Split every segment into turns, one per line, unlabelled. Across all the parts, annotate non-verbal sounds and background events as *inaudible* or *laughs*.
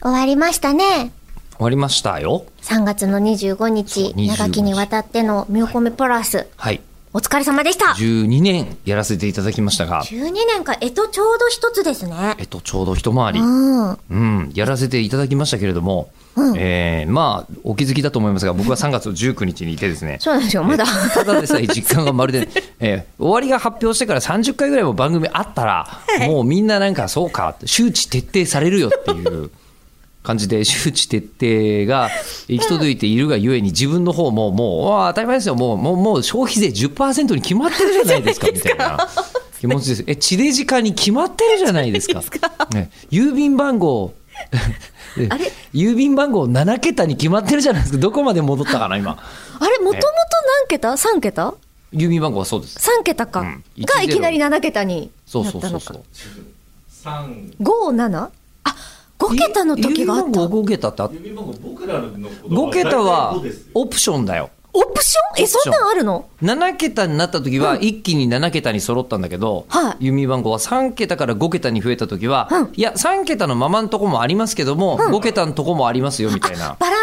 終わりましたね。
終わりましたよ。
3月の25日、
そう25
長きにわたってのミューコメプラス、
はい。
お疲れ様でした。
12年やらせていただきましたが、
12年か、えとちょうど一つですね。
えっと、ちょうど一回り、
うん。
うん、やらせていただきましたけれども、えーまあ、お気づきだと思いますが、僕は3月19日にいてですね、
そうなんですよ、まだ。
ただでさ *laughs* え実感がまるで、えー終わりが発表してから30回ぐらいも番組あったら、もうみんななんかそうかって周知徹底されるよっていう感じで周知徹底が行き届いているがゆえに自分の方ももううわ当たり前ですよもうもうもう消費税10%に決まってるじゃない *laughs* ですかみたいな。気持ちですえ地デジ化に決まってるじゃない *laughs* ですか。ね郵便番 *laughs* 号
あれ
*laughs* 郵便番号7桁に決まってるじゃないですかどこまで戻ったかな *laughs* 今
あれ、もともと何桁 ?3 桁
郵便番号はそうです
?3 桁か。
うん
がいきなり7桁に
そ
な
う
った
そ
の
う
か。
そうそう。
5、7? あ、5桁の時があった。
5桁ってあっ
指番号僕らの言葉
5桁は
大体5ですよ
オプションだよ。
オプションえ、そんなんあるの
7桁になった時は一気に7桁に揃ったんだけど、
は
弓番号は3桁から5桁に増えた時は、
うん
いや3桁のままのとこもありますけども、5桁のとこもありますよみた
*laughs*
いな
バラバラ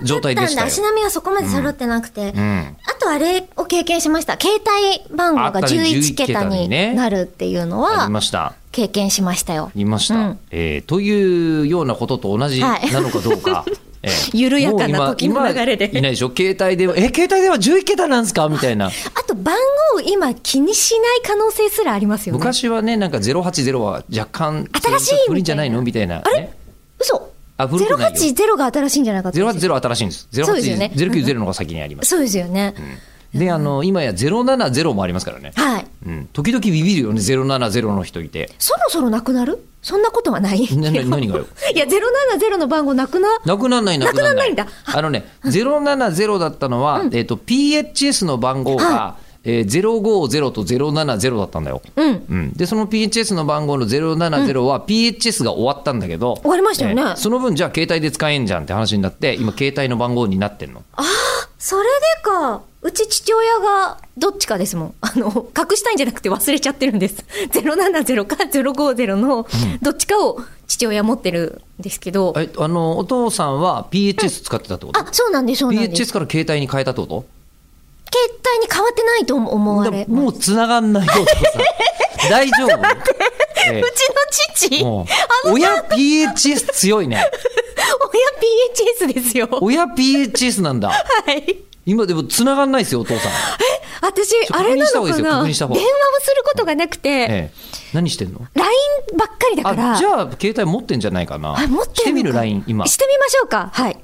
だ
状態
っ
で
た
し
ん
た
だ。
よ
足並みがそこまで揃ってなくて。
ん
あとあれを経験しました。携帯番号
あ
が
ったね
11
11
桁
桁
に
にね
なるっていうの
あ
は
りました。
経験しましたよ。
いました、
うん
えーというようなことと同じなのかどう
*laughs*
か、えー
緩やかな時の
もう今
流れで
今いないでしょ携帯電話え携帯電話11桁なんですかみたいな
あと番号今気にしない可能性すらありますよね。
昔はねなんか080は若干
新しい
ちょっと古いんじゃないのみたいな、ね、あれ
嘘
あ古くないよ
?080 が新しいんじゃなかったで
0
す
八ゼロ新しいんです。ゼロ
そう
八
ですよ
ゼ
ね
ロ九ゼロの方が先にあります。
そうですよね。
で、あの今やゼロ七ゼロもありますからね。
はい。
うん、時々ビビるよね、ゼロ七ゼロの人いて。
そろそろなくなるそんなことはない。
なな何がよ。
*laughs* いや、070の番号なくな、
なくならないなくな
なくなら
らない。
ないんだ
あのね、ゼロ七ゼロだったのは、えっ、と PHS の番号が
は
ゼロ五ゼロとゼロ七ゼロだったんだよ。
うん。
うん、でその PHS の番号の070は PHS が終わったんだけど、
終わりましたよね
その分じゃあ携帯で使えんじゃんって話になって今携帯の番号になってんの
それでか、うち父親がどっちかですもん。 *laughs* あの、隠したいんじゃなくて忘れちゃってるんです。070か050のどっちかを父親持ってるんですけど。
えあのお父さんは PHS 使ってたってこと、
あ、そうなんです、そうなんです。
PHS から携帯に変えたってこと
携帯に変わってないと思われ。
だもう繋がんないよお父
*laughs*
さん大丈夫ええ
うちの父、
も
あ
う
の、親
親 PHS 強いね
PHS ですよ。は
親 PHS なんだ
い。
今でも繋がんないですよお父さん、
私、
ちょ
あれなの
確認した方がいい
かな
ですよ確
電
認した
話
方
も
が
することがなくて、
ええ、何してんの
LINE ばっかりだか
あ
ら。
じゃあ携帯持ってんじゃないかな
あ持って
してみ
る
る LINE 今
してみましょうか。はい。